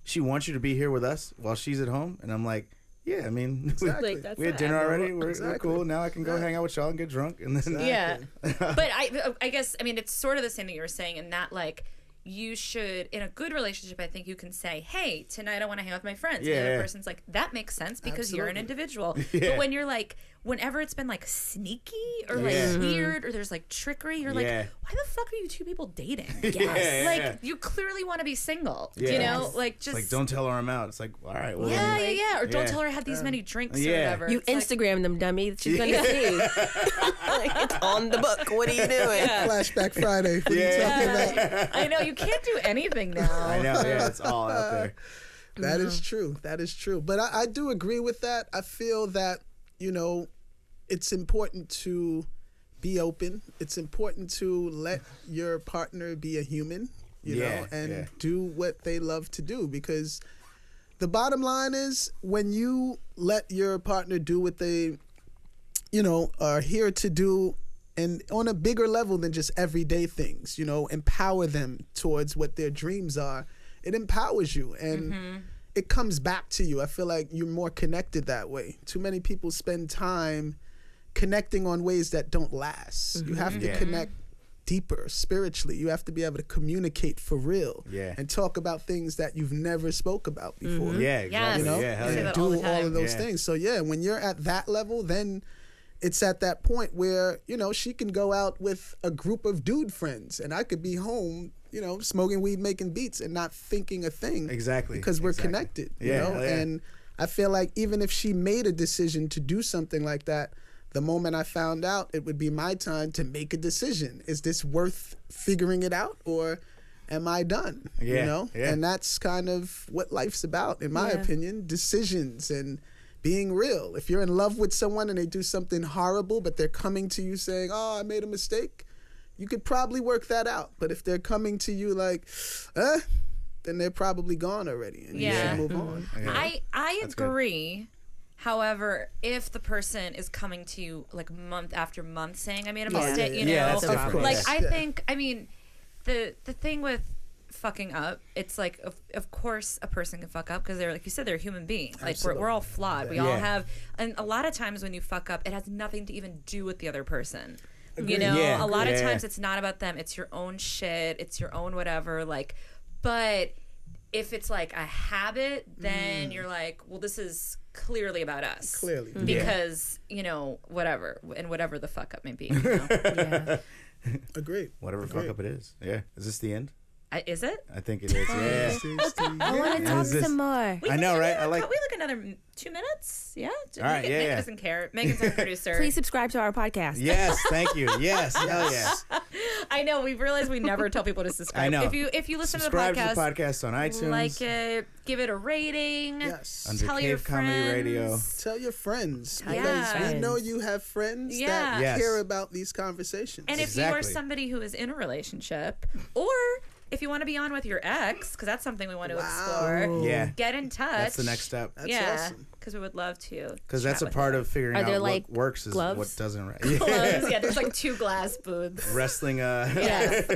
she wants you to be here with us while she's at home?" And I'm like, "Yeah, I mean, Exactly. we, Like, that's we had not dinner already. We're, we're Exactly. cool. Now I can go hang out with y'all and get drunk." And then Yeah. but I I guess I mean it's sort of the same thing you were saying in that like you should in a good relationship I think you can say, Hey, tonight I want to hang out with my friends. And the Yeah. other person's like, That makes sense because you're an individual. Yeah. But when you're like whenever it's been like sneaky or like Yeah. Mm-hmm. weird or there's like trickery, you're Yeah. like, Why the fuck are you two people dating? Yeah. Like you clearly want to be single. You Yeah. know? Like just like, don't tell her I'm out. It's like, all right, well, Yeah, then- yeah, yeah. Or don't Yeah. Um, tell her I had these many drinks Yeah. or whatever. You It's like- Instagram them, dummy. She's gonna see. Like, it's on the book. What are you doing? Flashback Friday. What are you Yeah. talking about? I know, you can't do anything I now. know. Yeah, it's all out there. That is true. That is true. But I, I do agree with that. I feel that, you know, it's important to be open. It's important to let your partner be a human, you Yeah, know, and yeah. do what they love to do because the bottom line is when you let your partner do what they you know, are here to do and on a bigger level than just everyday things, you know, empower them towards what their dreams are. It empowers you and it comes back to you. I feel like you're more connected that way. Too many people spend time connecting on ways that don't last. You have to Yeah. connect deeper spiritually. You have to be able to communicate for real Yeah. and talk about things that you've never spoke about before Yeah, exactly. You know? Yeah, hell Say yeah. that do all the all, time. of those Yeah. things. So yeah, when you're at that level, then it's at that point where you know she can go out with a group of dude friends, and I could be home, you know, smoking weed, making beats, and not thinking a thing. Exactly. because we're Exactly. connected. You Yeah, know? yeah. and I feel like even if she made a decision to do something like that. The moment I found out, it would be my time to make a decision. Is this worth figuring it out, or am I done? Yeah, you know, yeah. and that's kind of what life's about, in my Yeah. opinion. Decisions and being real. If you're in love with someone and they do something horrible, but they're coming to you saying, "Oh, I made a mistake," you could probably work that out. But if they're coming to you like, "Uh," then they're probably gone already, and Yeah. you should move on. I I good. agree. However, if the person is coming to you like month after month saying I made a Yeah. mistake, Yeah, you know, yeah, that's Of different. course. like I Yeah. think I mean the the thing with fucking up, it's like of, of course a person can fuck up because they're like you said they're a human being. Like we're, we're all flawed. We all Yeah. have and a lot of times when you fuck up, it has nothing to even do with the other person. You know, Yeah. a lot of Yeah. times it's not about them. It's your own shit. It's your own whatever. Like, but if it's like a habit, then Mm. you're like, well, this is clearly about us. Clearly. Mhm. Yeah. Because, you know, whatever, and whatever the fuck up may be. You know? Yeah. Agreed. Whatever fuck up it is. Yeah. Is this the end? I, is it? I think it is. Yeah. I want to talk Is this- some more. We I can know, do right? another I like- cou- We look another m- two minutes. Yeah. All right, Megan, yeah, Megan yeah. doesn't care. Megan's our producer. Please subscribe to our podcast. Yes, thank you. Yes, hell yes. I know. We realize we never tell people to subscribe. I know. If you if you listen Subscribe to the podcast, to the podcast on iTunes. like it, give it a rating. Yes. Under tell your Cave Comedy friends. Radio. Tell your friends Tell your because we friends. know you have friends Yeah. that Yes. care about these conversations. And if you are Exactly. somebody who is in a relationship, or if you want to be on with your ex, because that's something we want to explore, Yeah. get in touch. That's the next step. That's yeah, awesome. because we would love to. Because that's a chat with part of figuring Are out there, what like, works is gloves? what doesn't right. you. Yeah. yeah, there's like two glass booths. Wrestling. Uh, Yes.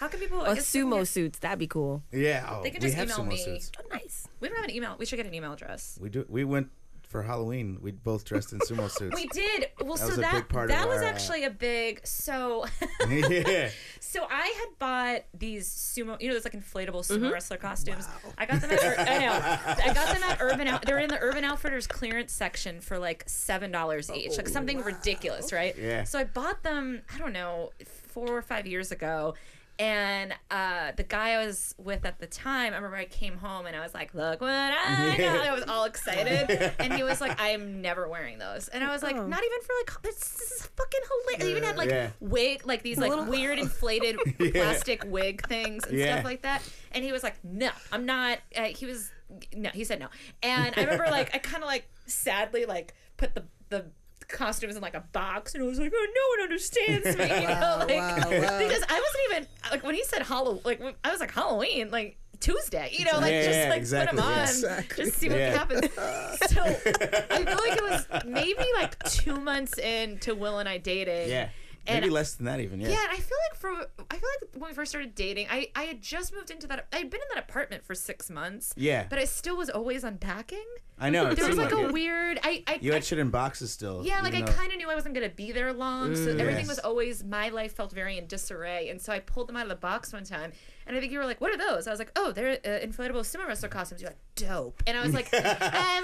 How can people? I or guess they can sumo get- suits. That'd be cool. yeah. Oh, They can we just have email sumo me. suits. Oh, nice. We don't have an email. We should get an email address. We do. We went for Halloween. We both dressed in sumo suits. We did. Well, so was a that big part of that was our, uh, actually a big. So yeah. So I had bought these sumo, you know, those like inflatable sumo wrestler costumes. I got them at Ur- I know. I got them at Urban. Out- they were in the Urban Outfitters clearance section for like seven dollars each, like something ridiculous, right? Yeah. So I bought them. I don't know, four or five years ago. And uh, the guy I was with at the time, I remember I came home and I was like, "Look what I got!" I was all excited, and he was like, "I am never wearing those." And I was like, Oh. "Not even for like this, this is fucking hilarious." They even had like Yeah. wig, like these like weird inflated plastic wig things and Yeah. stuff like that. And he was like, "No, I'm not." Uh, he was no, he said no. And I remember like I kind of like sadly like put the the costumes in like a box, and I was like, "Oh, no one understands me," you know, like wow, wow. because I wasn't even like when he said Halloween, like when- I was like Halloween, like. Tuesday, you know, like Yeah, just yeah, like exactly, put them yeah. on, Exactly. just see what Yeah. happens. So I feel like it was maybe like two months into Will and I dating. Yeah. And Maybe less than that even. Yeah. yeah, and I feel like for I feel like when we first started dating, I I had just moved into that. I had been in that apartment for six months. Yeah. but I still was always unpacking. I know. it There was like seemed a it. weird. I I, You I had shit in boxes still. yeah, like I even though- kind of knew I wasn't gonna be there long, so everything Mm, Yes. was always my life felt very in disarray, and so I pulled them out of the box one time, and I think you were like, "What are those?" I was like, "Oh, they're uh, inflatable sumo wrestler costumes." You're like, "Dope," and I was like, "I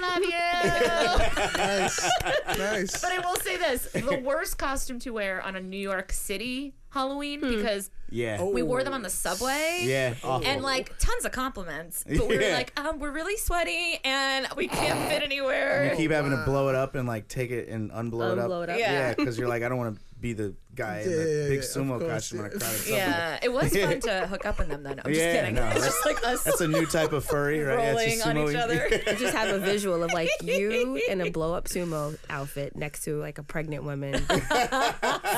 love you." nice, nice. But I will say this: the worst costume to wear on a New York City Halloween because Yeah. Oh. we wore them on the subway. Hmm. Yeah. Awful. And like tons of compliments, but we were Yeah. like, um, we're really sweaty and we can't fit anywhere. You keep having to blow it up and like take it and unblow, it Unblow up. it up. Yeah. Yeah, because you're like, I don't want to be the guy in Yeah, the yeah, big yeah, sumo of course, costume in a yeah. crowd. or something. Yeah, it was fun to hook up in them. Then I'm just Yeah, kidding. no, it's that's- just like us That's a new type of furry, right? Yeah, it's rolling just on each sumo-y. other. I just have a visual of like you in a blow up sumo outfit next to like a pregnant woman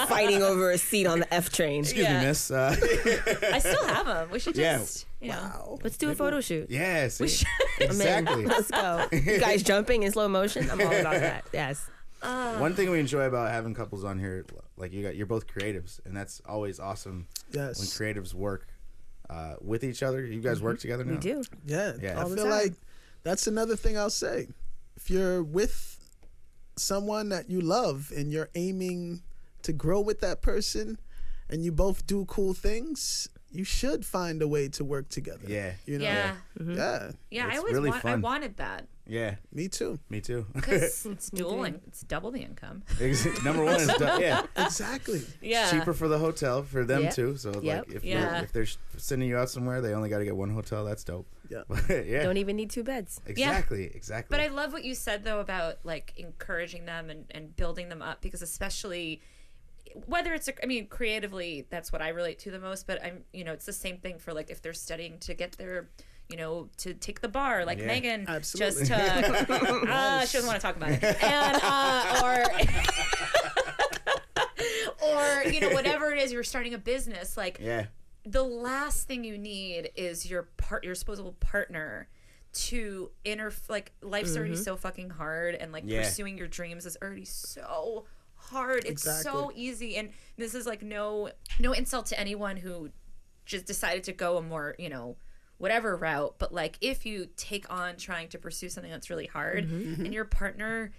fighting over a seat on the F train. Excuse Yeah. me, miss. Uh, I still have them. We should Yeah. just, you know, Wow. Let's do a photo shoot. yes. we should. I'm in. Exactly. Let's go. You guys jumping in slow motion? I'm all about that. Yes. One thing we enjoy about having couples on here, like you got, you're both creatives, and that's always awesome Yes. when creatives work uh, with each other. You guys Mm-hmm. work together now. We do. Yeah, Yeah. I All the feel time. like that's another thing I'll say. If you're with someone that you love and you're aiming to grow with that person and you both do cool things, you should find a way to work together. Yeah. You know? Yeah. Yeah, Yeah, I It's always really want, I fun. wanted that Yeah. Me too. Me too. because it's dueling. It's double the income. Ex- Number one is du- yeah. Exactly. Yeah. cheaper for the hotel for them Yep. too. So Yep. like if Yeah. they're, if they're sh- sending you out somewhere, they only got to get one hotel. That's dope. Yeah. But, yeah. Don't even need two beds. exactly. Exactly. e-, But I love what you said though about like encouraging them and, and building them up because especially whether it's a, I mean creatively that's what I relate to the most but I'm you know it's the same thing for like if they're studying to get their you know to take the bar like Yeah. Megan Absolutely. just took uh, she doesn't want to talk about it and uh, or or you know whatever it is you're starting a business like yeah. the last thing you need is your part your disposable partner to inter like life's Mm-hmm. already so fucking hard and like Yeah. pursuing your dreams is already so hard it's so Exactly. easy and this is like no no insult to anyone who just decided to go a more you know whatever route but like if you take on trying to pursue something that's really hard Mm-hmm. Mm-hmm. and your partner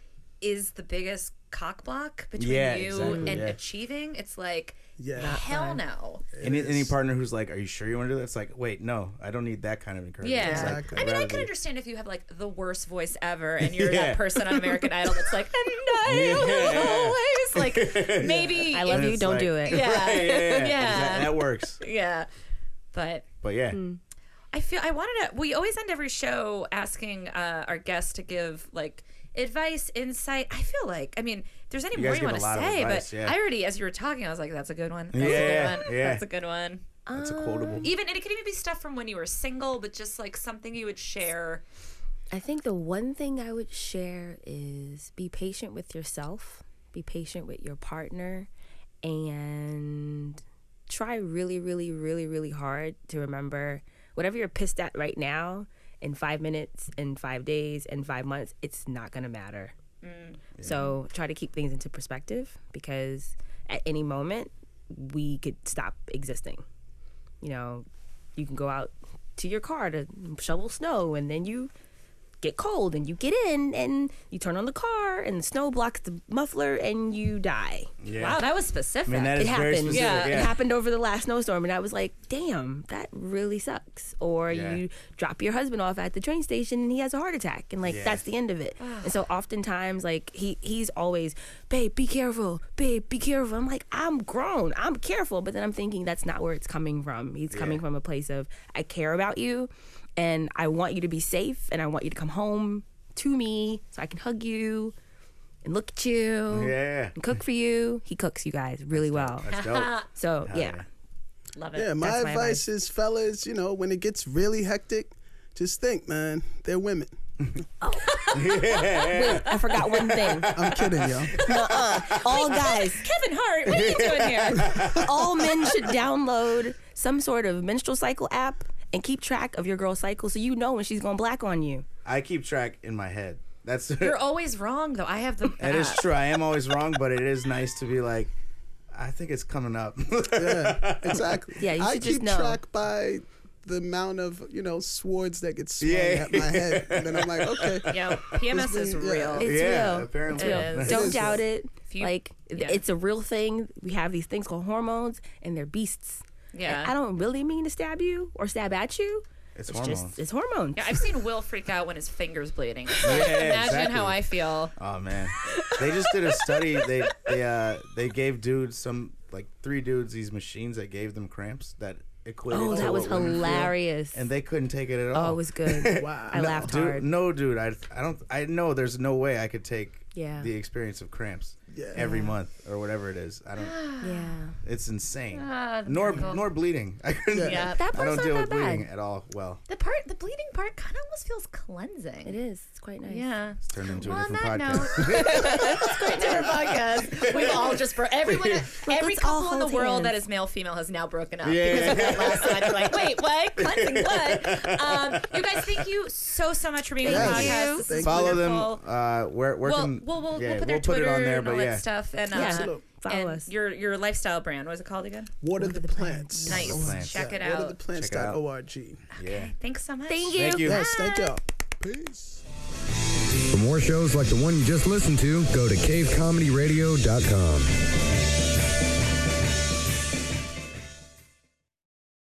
is the biggest cock block between Yeah, you exactly, and yeah. achieving it's like Yeah. hell no Any any partner who's like, "Are you sure you want to do that?" It's like, "Wait, no, I don't need that kind of encouragement." Yeah. It's like, Exactly. I'd I mean, I rather can be- understand if you have like the worst voice ever and you're Yeah. that person on American Idol that's like, and I will always, like, maybe. I love And you. it's Don't like- do it. Yeah. Right, yeah, yeah, yeah. Yeah. Exact- that works. Yeah. But But yeah, Hmm. I feel I wanted to. We always end every show asking uh, our guests to give like advice, insight. I feel like I mean, if there's any You more guys you want give to a lot of say, advice, but yeah. I already, as you were talking, I was like, "That's a good one. That's Yeah, a good one. yeah. That's a good one." that's a Oh, quotable. Even and it could even be stuff from when you were single, but just like something you would share. I think the one thing I would share is be patient with yourself, be patient with your partner, and try really, really, really, really hard to remember whatever you're pissed at right now in five minutes, in five days, in five months, it's not going to matter. So try to keep things into perspective because at any moment, we could stop existing you know, you can go out to your car to shovel snow and then you get cold and you get in and you turn on the car and the snow blocks the muffler and you die. Yeah. Wow, that was specific. I mean, that It is very happened. specific. Yeah, Yeah, it It happened over the last snowstorm and I was like, "Damn, that really sucks." Or Yeah. you drop your husband off at the train station and he has a heart attack and like Yeah. that's the end of it. and so oftentimes like he he's always, "Babe, be careful. Babe, be careful." I'm like, "I'm grown. I'm careful." But then I'm thinking that's not where it's coming from. He's coming from a place of I care about you and I want you to be safe and I want you to come home to me so I can hug you and look at you. Yeah. And cook for you. He cooks you guys really well. That's dope. So yeah. yeah. Love it. Yeah, my That's advice, my is, fellas, you know, when it gets really hectic, just think, man, they're women. Wait, I forgot one thing. I'm kidding, y'all. All guys, Kevin Hart, what are you doing here? all men should download some sort of menstrual cycle app and keep track of your girl's cycle so you know when she's going black on you. I keep track in my head. That's You're always wrong though. I have the. That is app. true. I am always wrong, but it is nice to be like, I think it's coming up. Yeah, exactly. Yeah, you I should keep just know. track by the amount of you know swords that get swung Yeah. at my head, and then I'm like, okay, Yeah, PMS is uh, Yeah. real. It's yeah, real. apparently. It is. Don't is. doubt it. you- like yeah. it's a real thing. We have these things called hormones, and they're beasts. Yeah. And I don't really mean to stab you or stab at you. It's It's hormones. just it's hormones. Yeah, I've seen Will freak out when his fingers bleeding. Imagine exactly. how I feel. Oh man, they just did a study. They they uh they gave dudes some like three dudes these machines that gave them cramps that equated. oh, to that was what women feel, hilarious. And they couldn't take it at all. oh, it was good. wow. I laughed dude, hard. No, dude, I I don't I know there's no way I could take Yeah. the experience of cramps Yeah. every month or whatever it is. I don't. Yeah. It's insane. Ah, nor brutal. nor bleeding. I couldn't. Yeah. That I don't part's not deal that with bad. bleeding at all. Well, The part, the bleeding part, kind of almost feels cleansing. It is. It's quite nice. Yeah. it's turned into Well, a on different that podcast. note, it's great to have a podcast. We've all just for everyone, every let's all couple in the hold world that hands. is male female has now broken up Yeah. because of that last time. They're like, wait, what? Cleansing what? Um, you guys, thank you so so much for being on the Thank podcast. you. This Thank is you. Follow wonderful. them. Uh, where where Well, can we'll, we'll, yeah, we'll put their Twitter it on there, and but all yeah, that stuff. And Yeah. uh, Absolute. Follow and us. Your your lifestyle brand. What is it called again? Water the plants. Nice. the plants. Check it Water out. the plants. Check it out. dot org. yeah. Thanks so much. Thank you. Thank you. Yes, thank y'all. Peace. For more shows like the one you just listened to, go to cavecomedyradio.com.